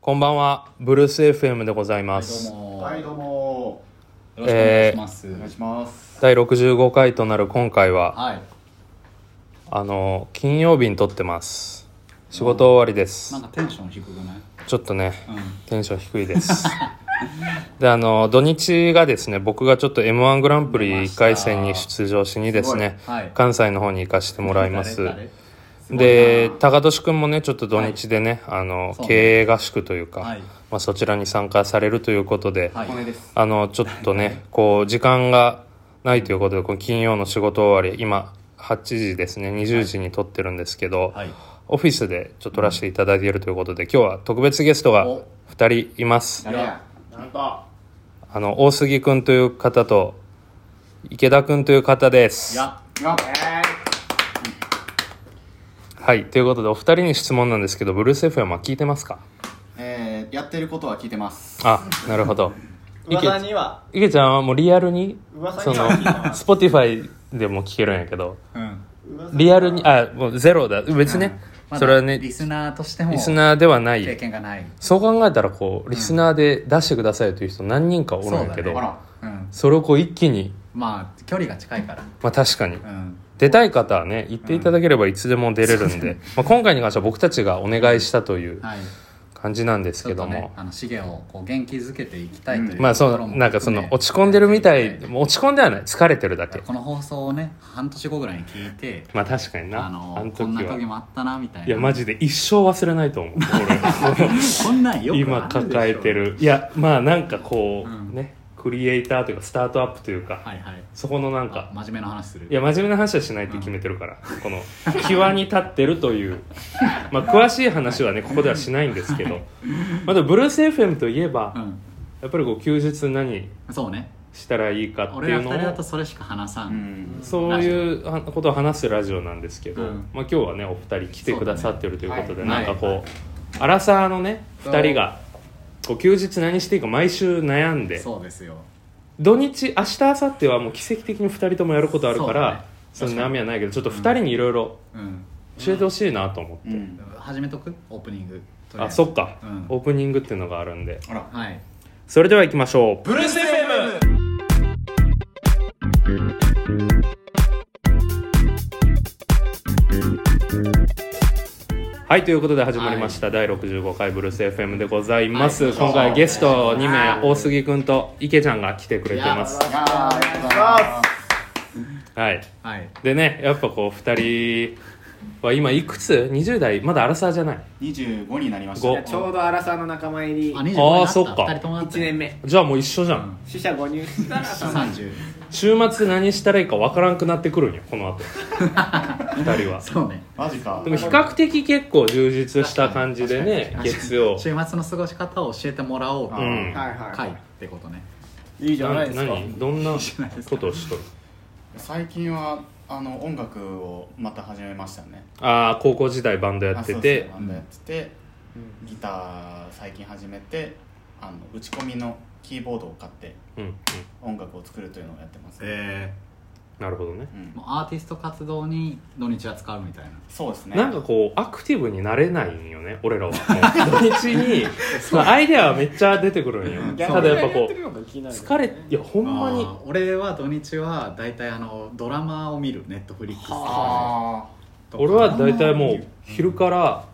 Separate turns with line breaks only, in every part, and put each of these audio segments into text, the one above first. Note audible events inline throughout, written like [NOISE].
こんばんは、ブルース FM でございます。
は
はいい
ど
どうも
うもよろしくお願いします、
お願いします
第65回となる今回は、
はい
あの、金曜日に撮ってます。仕事終わりで
なん
す。
かテンション低くない
ちょっとね、
うん
テンション低い
[LAUGHS]
です。で、あの、土日がですね、僕がちょっと M1 グランプ
出
リ
まし
1
た
回戦に出場しにですね、
すごいはい
関西の方に行かしてもらいます。
誰誰
で、高俊くんもね、ちょっと土日でね、あの、
そうね
経営合宿というか、
はい
まあ、そちらに参加されるということで、
はい
すごい骨です
あの、ちょっとね、 [LAUGHS] こう、時間がないということで、こう金曜の仕事終わり、今、8時ですね、20時に撮ってるんですけど、
はい
オフィスでちょっと撮らせていただいているということで、今日は特別ゲストが
お
2人います。
誰やなんと
あの、大杉くんという方と、池田くんという方です。
や
よっ
はい、ということで、お二人に質問なんですけど、ブルース FM は聞いてますか
えーやってることは聞いてます
あ、なるほど。
噂には
池ちゃんはもうリアルに、
噂
そ
に
の
は聞いてま、
スポティファイでも聞けるんやけど、
うん
噂
リアルに、あ、もうゼロだ。別にね、
まだ
それはね、
リ
リ
スナーとしても
スナーではな
経
い。
験がない
そう考えたら、こう、リスナーで出してくださいという人何人かおるんやけ
そう
ど、
だ
そ,、
ね
あ
うん
れをこう一気に、
まあ距離が近いから
まあ確かに。
うん
出たい方はね、言っていただければいつでも出れるんで、まあ、今回に関しては僕たちがお願いしたという
はい
感じなんです
ちょ
け
っと
ども、
ねあのシゲをこう元気づけていきたいという
まあそ
ところ
う、
も
なんかその、
含め
落ち込んでるみたい、もう落ち込んではない。疲れてるだけ。
この放送をね半年後ぐらいに聞いて
まあ確かにな。
あのこんな時もあったなみたいない
や、マジで一生忘れないと思う。
[LAUGHS] こんなんよ
俺、
く
今
あるでしょ
抱えてる。いや、まあなんかこう、
うん
ね、クリエイターというか、スタートアップというか、
はいはい
そこのなん
あ
か、
真面目な話する
いや、真面目な話はしないって決めてる
[LAUGHS]
から、この、際に立ってるという、まあ詳しい話はね、ここではしないんですけ
[LAUGHS]
ど、まあでも、ブルース FM といえば、
う
やっぱりこう、休日何
んそうね
したらいいかって
俺
い
ら
う
二
の
人だと
を、
それしか話さん、
うん
そういうはことを話すラジオなんですけど、
うん
まあ今日はね、お二人来てくださってるということで、
そうだ
なん
ね
かこう、アラサーのね、
そう
二人が、こう休日何していいか毎週悩んで、
そうですよ
土日明日明後日はもう奇跡的に2人ともやることあるからそ,、
そう
の
だね
悩みはないけどちょっと2人にいろいろ
うん
教えてほしいなと思って、
うん
始めとくオープニングとりえ
あ
ず
そっか、
うん
オープニングっていうのがあるんで
あら
はい
それでは行きましょうブルース FM はいということで始まりました、第65回ブルース FM でございます、
はい
今回ゲスト2名大杉君と池ちゃんが来てくれてます
いやーありがとうござい
あ
はい
ますはい
でねやっぱこう2人は今いくつ ?20 代まだアラサーじゃない
25になりました
ご
いやちょうど荒さんの仲間入り
あ
1
25にな
あーそっか
二人ともなった
年目
じゃあもう一緒じゃん、
うん
死者誤入したらさ
30
週末何したらいいかわからんくなってくるんよこの後2人は
そうね
マジか
でも比較的結構充実した感じでね月曜
[LAUGHS] 週末の過ごし方を教えてもらおうと
う
いうん
はい
回っ
は
てことね
いいいじゃ
な
ないですか
何どんなことをしとる
最近はあの音楽をまた始めましたね
ああ高校時代バンドやってて
あそうそうバンドやっててギター最近始めてあの打ち込みのキーボードを買って
うんうん
音楽を作るというのをやってます
え
なるほどね
う
え
ん
もうアーティスト活動に土日は使うみたいな
そうですね
なんかこうアクティブになれないんよね俺らはもう土日に、まあ、アイデアはめっちゃ出てくるんよ
うん
ただやっぱこう
う
疲れいやほんまに
あー俺は土日は大体あのドラマを見るネットフリックスとか
あ
とか
俺は大体もう昼から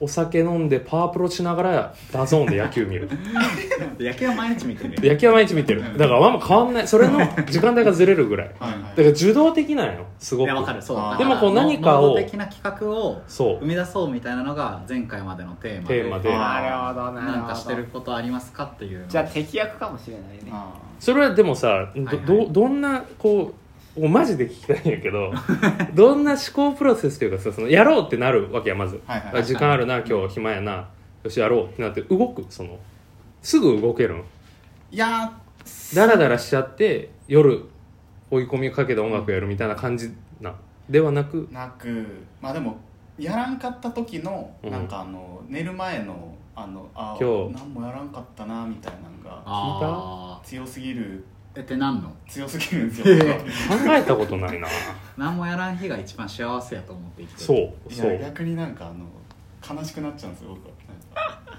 お酒飲んでパワープロしながらダゾーンで野球見る
野球は毎日見てるよ
野球は毎日見てるだからあんま変わんないそれの時間帯がずれるぐらいだ
あ
か
はいはい
ら受動的なんよすご
い
く
やわかるそう
あー
だら
でも
こう何かを
能動的な企画を
そ
生み出そうみたいなのが前回までのテーマで
テーマで
なるほどなるほど
なんかしてることありますかっていう
じゃあ敵役かもしれないね
あ
うそれはでもさど,、
はいはい
どどんなこうもうマジで聞きたいんやけどどんな思考プロセスというかさそのやろうってなるわけやまず、
はいはい
あ時間あるな今日暇やなよしやろうってなって動くそのすぐ動けるの
ーいや
ダラダラしちゃって夜追い込みかけた音楽やるみたいな感じなではなく
ーなくまあでもやらんかった時の
うん
なんかあの寝る前のあのあ
今日
何もやらんかったなみたいなのが
あ
強すぎる
ーえって何の
強すぎるんですよ
へへ
考えたことないな
何もやらん日が一番幸せやと思って生きてる
そう
い
そ
や
う
逆になんかあの悲しくなっちゃうんですよ僕はなんか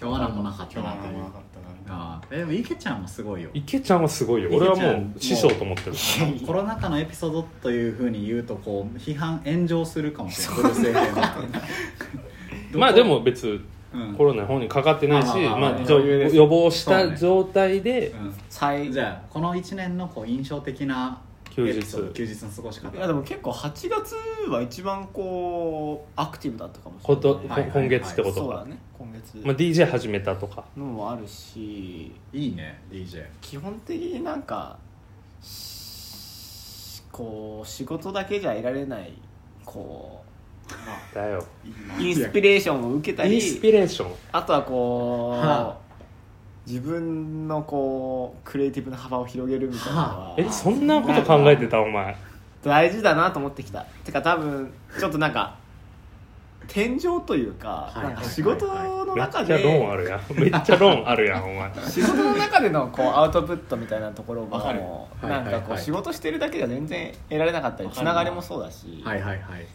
今日は何もなかった
今
な
日は
っていう
何もなかったなみたいな
ああでも池ちゃんもすごいよ
池ちゃんはすごいよ俺はもう師匠と思ってる
[LAUGHS] コロナ禍のエピソードというふうに言うとこう批判炎上するかもしれないブルース FM は
まあでも別
うん
コロナ本人かかってないし、
まあまあ
ま
まあ
あ、じょ
余裕です
予防し
そう
た
ね
状態で
う
最
んじゃあこの1年のこう印象的な
休日
エピソード休日の過ごし
いや
方
でも結構8月は一番こうアクティブだったかもし
こ
れない
と、
はいはいはい
今月ってこと
そう
か、
だね今月
まあ、DJ 始めたとか
のもあるし
いいね DJ
基本的になんかしこう仕事だけじゃ得られないこ
まあ
だよ
いいうな
インスピレーションを受けた
イ
り
ンスピレーション
あとはこう、
は
自分のこうクリエイティブな幅を広げるみたいなのは
えそんなこと考えてたお前
大事だなと思ってきたてか多分ちょっとなんか天井というか
はい
なんか仕事の
めっ
中
ちゃローン
で
あるやんめっちゃローンあるやんお前
仕事の中でのこうアウトプットみたいなところ
わかる
も
はいは
ないん
はい
かこう仕事してるだけじゃ全然得られなかったり
わ
つ
かるな
ながりもそうだし
はいはいはい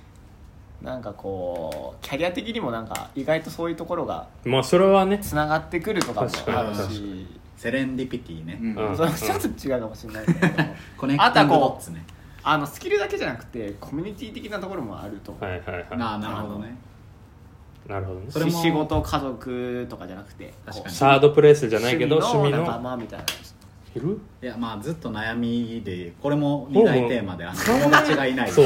なんかこうキャリア的にもなんか意外とそういうところが
まあそれはね
つながってくるとかも
確か
ある
に
し
セレンディピティね、
うん
うん
それはちょっと違うかもしれ
[LAUGHS]
ないけれども
コネクティングドッツね
あのスキルだけじゃなくてコミュニティ的なところもあると思う、
はいはい
な
は
あなるほどね
いなるほどね
それも
仕事家族とかじゃなくて
確かに
サードプレイスじゃないけど
趣
趣
味
味
の
の
仲間みたいない
る
いやまあずっと悩みでこれも二大テーマであの友達がいない
そう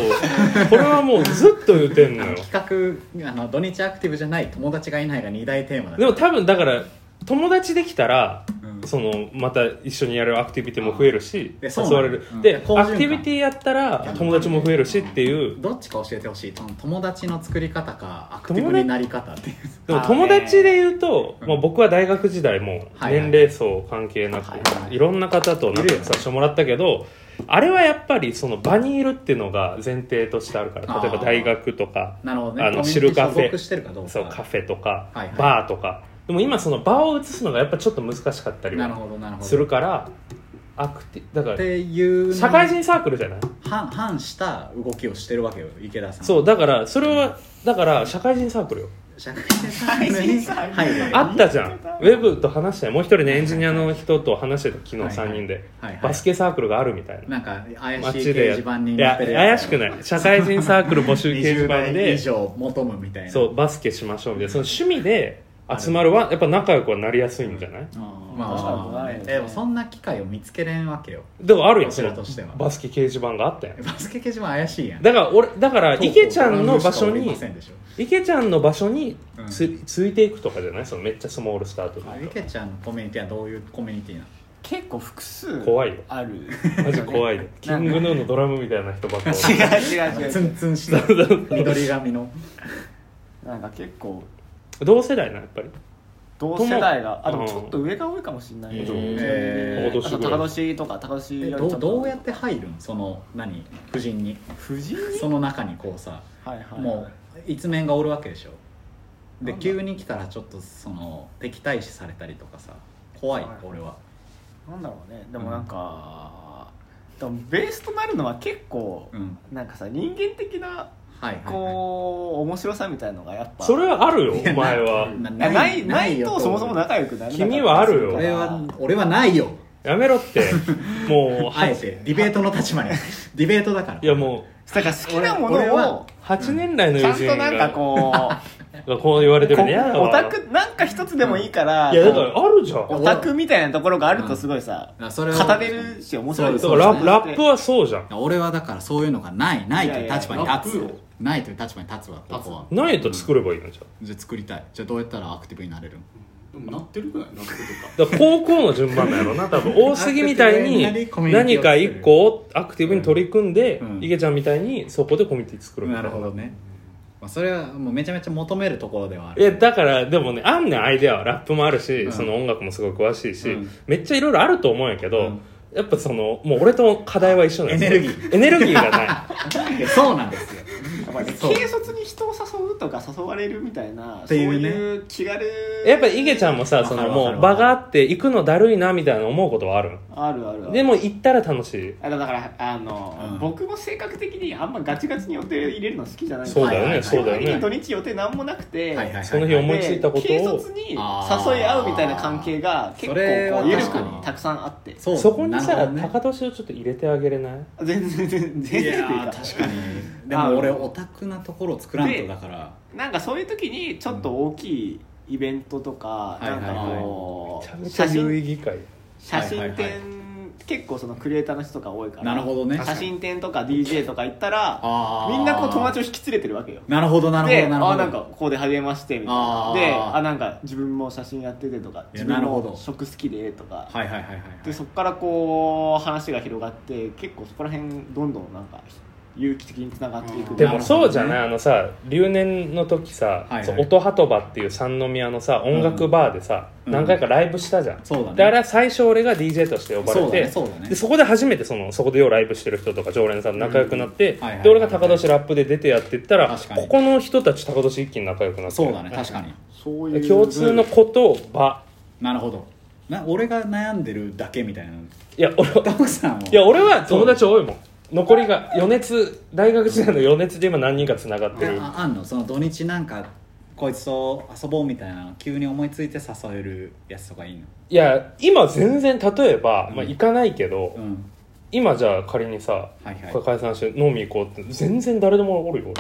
これはもうずっと言ってんのよ
企画あの土日アクティブじゃない友達がいないが二大テーマだ
でも多分だから友達できたら
うん
そのまた一緒にやるアクティビティも増えるし
でそう
誘
なの
われる
うん
で
好循環
アクティビティやったら友達も増えるしっていう
どっちか教えてほしいと友達の作り方かアクティブになり方っていう
でも友達で言うと
うん
まあ僕は大学時代も
はいはい
年齢層関係な
はいは
く
い
いろんな方と仲良くさせてもらったけどあれはやっぱりその場にいるっていうのが前提としてあるから例えば大学とか
なるほどね
あの
コミュニ
知
ティ
るカフェ
所属してるかどうか
そうカフェとか、
はいはい
バーとかでも今その場を移すのがやっぱちょっと難しかったり
なる
も
ほどなるほど
するからアクティだか
っ
ら
ていうの
社会人サークルじゃない
反反した動きをしてるわけよ池田さん
そうだからそれはだから社会人サークルよ
社会人サークルに
社会人サークル
入る
あったじゃんウェブと話してもう一人ねエンジニアの人と話してた昨日
はいはい
3人で
はいはい
バスケサークルがあるみたいな
なんか怪しい掲
街で
示板に
い
載
や
ってる
怪しく
[LAUGHS]
ない社会人サークル募集掲示
20
板
代以
で
上求むみたいな
そうバスケしましょうみたいなその趣味で集まるはやっぱ仲良くはなりやすいんじゃない
ま
確かに
あ
怖
ね
いですね
でもそんな機会を見つけれんわけよ
でもあるやん
こ
そ
ちら
の
としては
バスケ掲示板があったやん
バスケ掲示板怪しいやん
だから俺だから池ちゃんの場所
そうそうそう
に
しかおりませんでしょ
池ちゃんの場所につ,、
う
ついていくとかじゃないそのめっちゃスモールスタート
あ
で
池ちゃんのコミュニティはどういうコミュニティなの
結構複数
怖いよ
ある
マジ怖いよキングヌーのドラムみたいな人ばっかり
違う違う違
ツ
う
ンツンした緑髪の
なんか結構
同世代なやっぱり
同世代があで
う
も
ん
ちょっと上が多いかもしれない
え
ね、
ー
え
ー
あと高年とか高年よ
え
りち
ど
ょっ
う
と
どうやって入るんその何夫人に
夫人
その中にこうさ
はいはい
もう一面がおるわけでしょで
なんだ
急に来たらちょっとその敵対視されたりとかさ怖い
はい
俺は
なんだろうねでもなんか、でもベースとなるのは結構、
うん
なんかさ人間的な
はいはいは
こう、面白さみたいのがやっぱ
それはあるよお前
い
は
な
ないないない
よ
とそもそも仲良くなれなかったり
君はあるよ
す
俺
から
は俺はないよ
やめろってもう
あえてディベートの立場
[LAUGHS]
にディベートだから
いやも
だから好きなも
俺俺
の
は
を
う8年来の
ちゃ
友
んと
人
なんか
が
こ
がこう言われ
う
てる
こ
ねやだ
オ
わ
タクなんか一つでもいいから、
いやだからあるじゃん
オタクみたいなところがあるとすごいさ、
うん
語れるし面白い
だ
そ
か
う
ら
だ
ララップはそうじゃん
俺はだからそういうのがないないという立場に立つ
いやいやラップよ
ないという立場に立つわここは
何やったら作ればいいのじゃん
じゃあ作りたいじゃあどうやったらアクティブになれるん
でもなってるくないなんかこ
だ
と
から高校の順番なんやろな多分大杉みたいに何か一個をアクティブに取り組んで、
うん
池ちゃんみたいにそこでコミュニティ作るみたい
ね、まあ、それはもうめちゃめちゃ求めるところではあ
い
る
やだからでもねあんねんアイデアはラップもあるし、
ん
その音楽もすごい詳しいし、
うん
めっちゃいろいろあると思うんやけど、
うん
やっぱそのもう俺と課題は一緒なんですよ
エネルギ [LAUGHS]
エネルギーがない
いやそうなんですよ
やっぱりね
そう
軽率に人を誘うとか誘われるみたいな、
ていうね
そういう気軽
やっぱりイゲちゃんもさその
わかるわか
も
る
う場があって行くのだるいなみたいな思うことはある
あるあるある
でも行ったら楽しい
あだからあの、
うん
僕も性格的にあんまガチガチに予定入れるの好きじゃない
そうだよね、
はいはいはい
そうだよね
基本的に土日予定なんもなくて、
はいはいはい
その日思いついたことを
で軽率に誘い合うみたいな関係が結構
それは
こう緩
確か
く
に
たくさんあって
そう
そこに
なる
さ、
ほどね
高年をちょっと入れてあげれない
全然全然全
い
然
や
っていう
ー
か
確かにでも俺オタクなところを作らんとだから
なんかそういう時にちょっと大きいイベントとか、
うんはい
な
は
ん
い
か
め
こ
ちゃ
う、
めち
写
ゃ有
真
意義会
写真展、
はいはいはい
結構そのクリエイターの人とか多いから
なるほどね
写真展とか DJ とか行ったら
あー
みんなこう友達を引き連れてるわけよ
なるほどなるほ
で
どなるほど
あなんかここで励ましてみたい
あ
な
ー
であなんか自分も写真やっててとか
いや
自分
なるほ
も
ど
食好きでとか、
はいはいはいはい
でそこからこう話が広がって結構そこら辺どんどんなんか有機的につながっていく
うん
でもそうじゃ
な
ない、あのさ留年の時さ、
はいはい
そう音鳩場っていう三宮のさ音楽バーでさ、
うん
何回かライブしたじゃん、
そうだね
であれは最初俺が DJ として呼ばれ
そうだ
て
ねそうだね
でそこで初めてそのそこでようライブしてる人とか常連さんと仲良くなって、
んはいはいはいはい
で俺が高年ラップで出てやってったら
確かに
ここの人たち高年一気に仲良くなって
そうだね確かに
そう
で
いう
共通のこと場
なるほどな俺が悩んでるだけみたいない
や俺
ダムさんはい
や俺は友達多いもん残りが余熱大学時代の余熱で今何人かつながってる
ああんのその土日なんかこいつと遊ぼうみたいな急に思いついて誘えるやつとかいいの
いや今全然例えば、まあ、
うん
行かないけど、
うん
今じゃあ仮にさ、
はいはい
これ解散して飲み行こうって全然誰でもおるよ
わ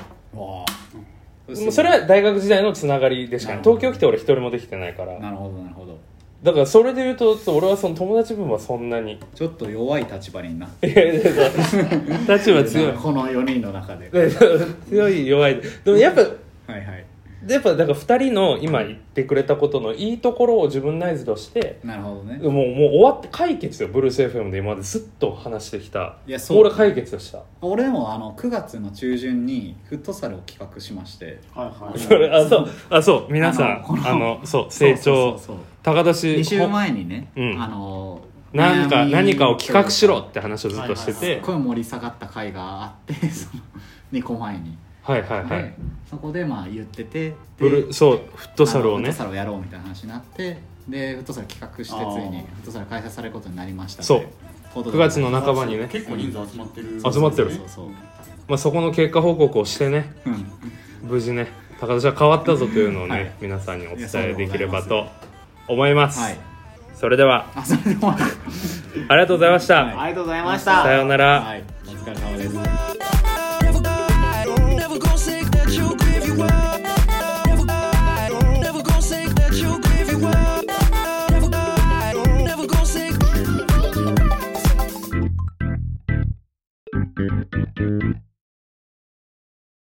俺もうそれは大学時代のつながりでしかない
なるほど
東京来て俺一人もできてないから
なるほどなるほど
だからそれで言うと俺はその友達分はそんな
[LAUGHS]
に
ちょっと弱い立場になって
いやいやいや立場強い [LAUGHS]
この4人の中で
強い弱いでもやっぱ
はいはい
やっぱだから2人の今言ってくれたことのいいところを自分内図として
なるほどね
もうもう終わって解決よブルース FM で今までずっと話してきた
いやそう
俺は解決した
俺もあの9月の中旬にフットサルを企画しまして
はいはい
それあそうあそう皆さん
あのこの
あのそう成長
そうそうそうそう
高年
2週前にね、
うん
あの
なんか
悩み
何かを企画しろって話をずっとして
すってごい盛り下がった回があって [LAUGHS] その2個前に、
はいはいは
で
い
そこでまあ言っててで
ブルそうフットサルを
あのフッ
ね
トサルをやろうみたいな話になってでフットサル企画してつ
あー
いにフットサル開催されることになりました
そう9
9
月の半ばにね
結構人数集まってる
集まってる
そうそう
まあそこの結果報告をしてね
そう
無事ね高年は変わったぞというのをね、
はい
皆さんにお伝
いやそう
え
でござ
で
います
きればと思います
はい
それでは
あそれでも
ありがとうございました、
はい
ありがとうございまし
さ
た
ようなら、
はいお疲れ様です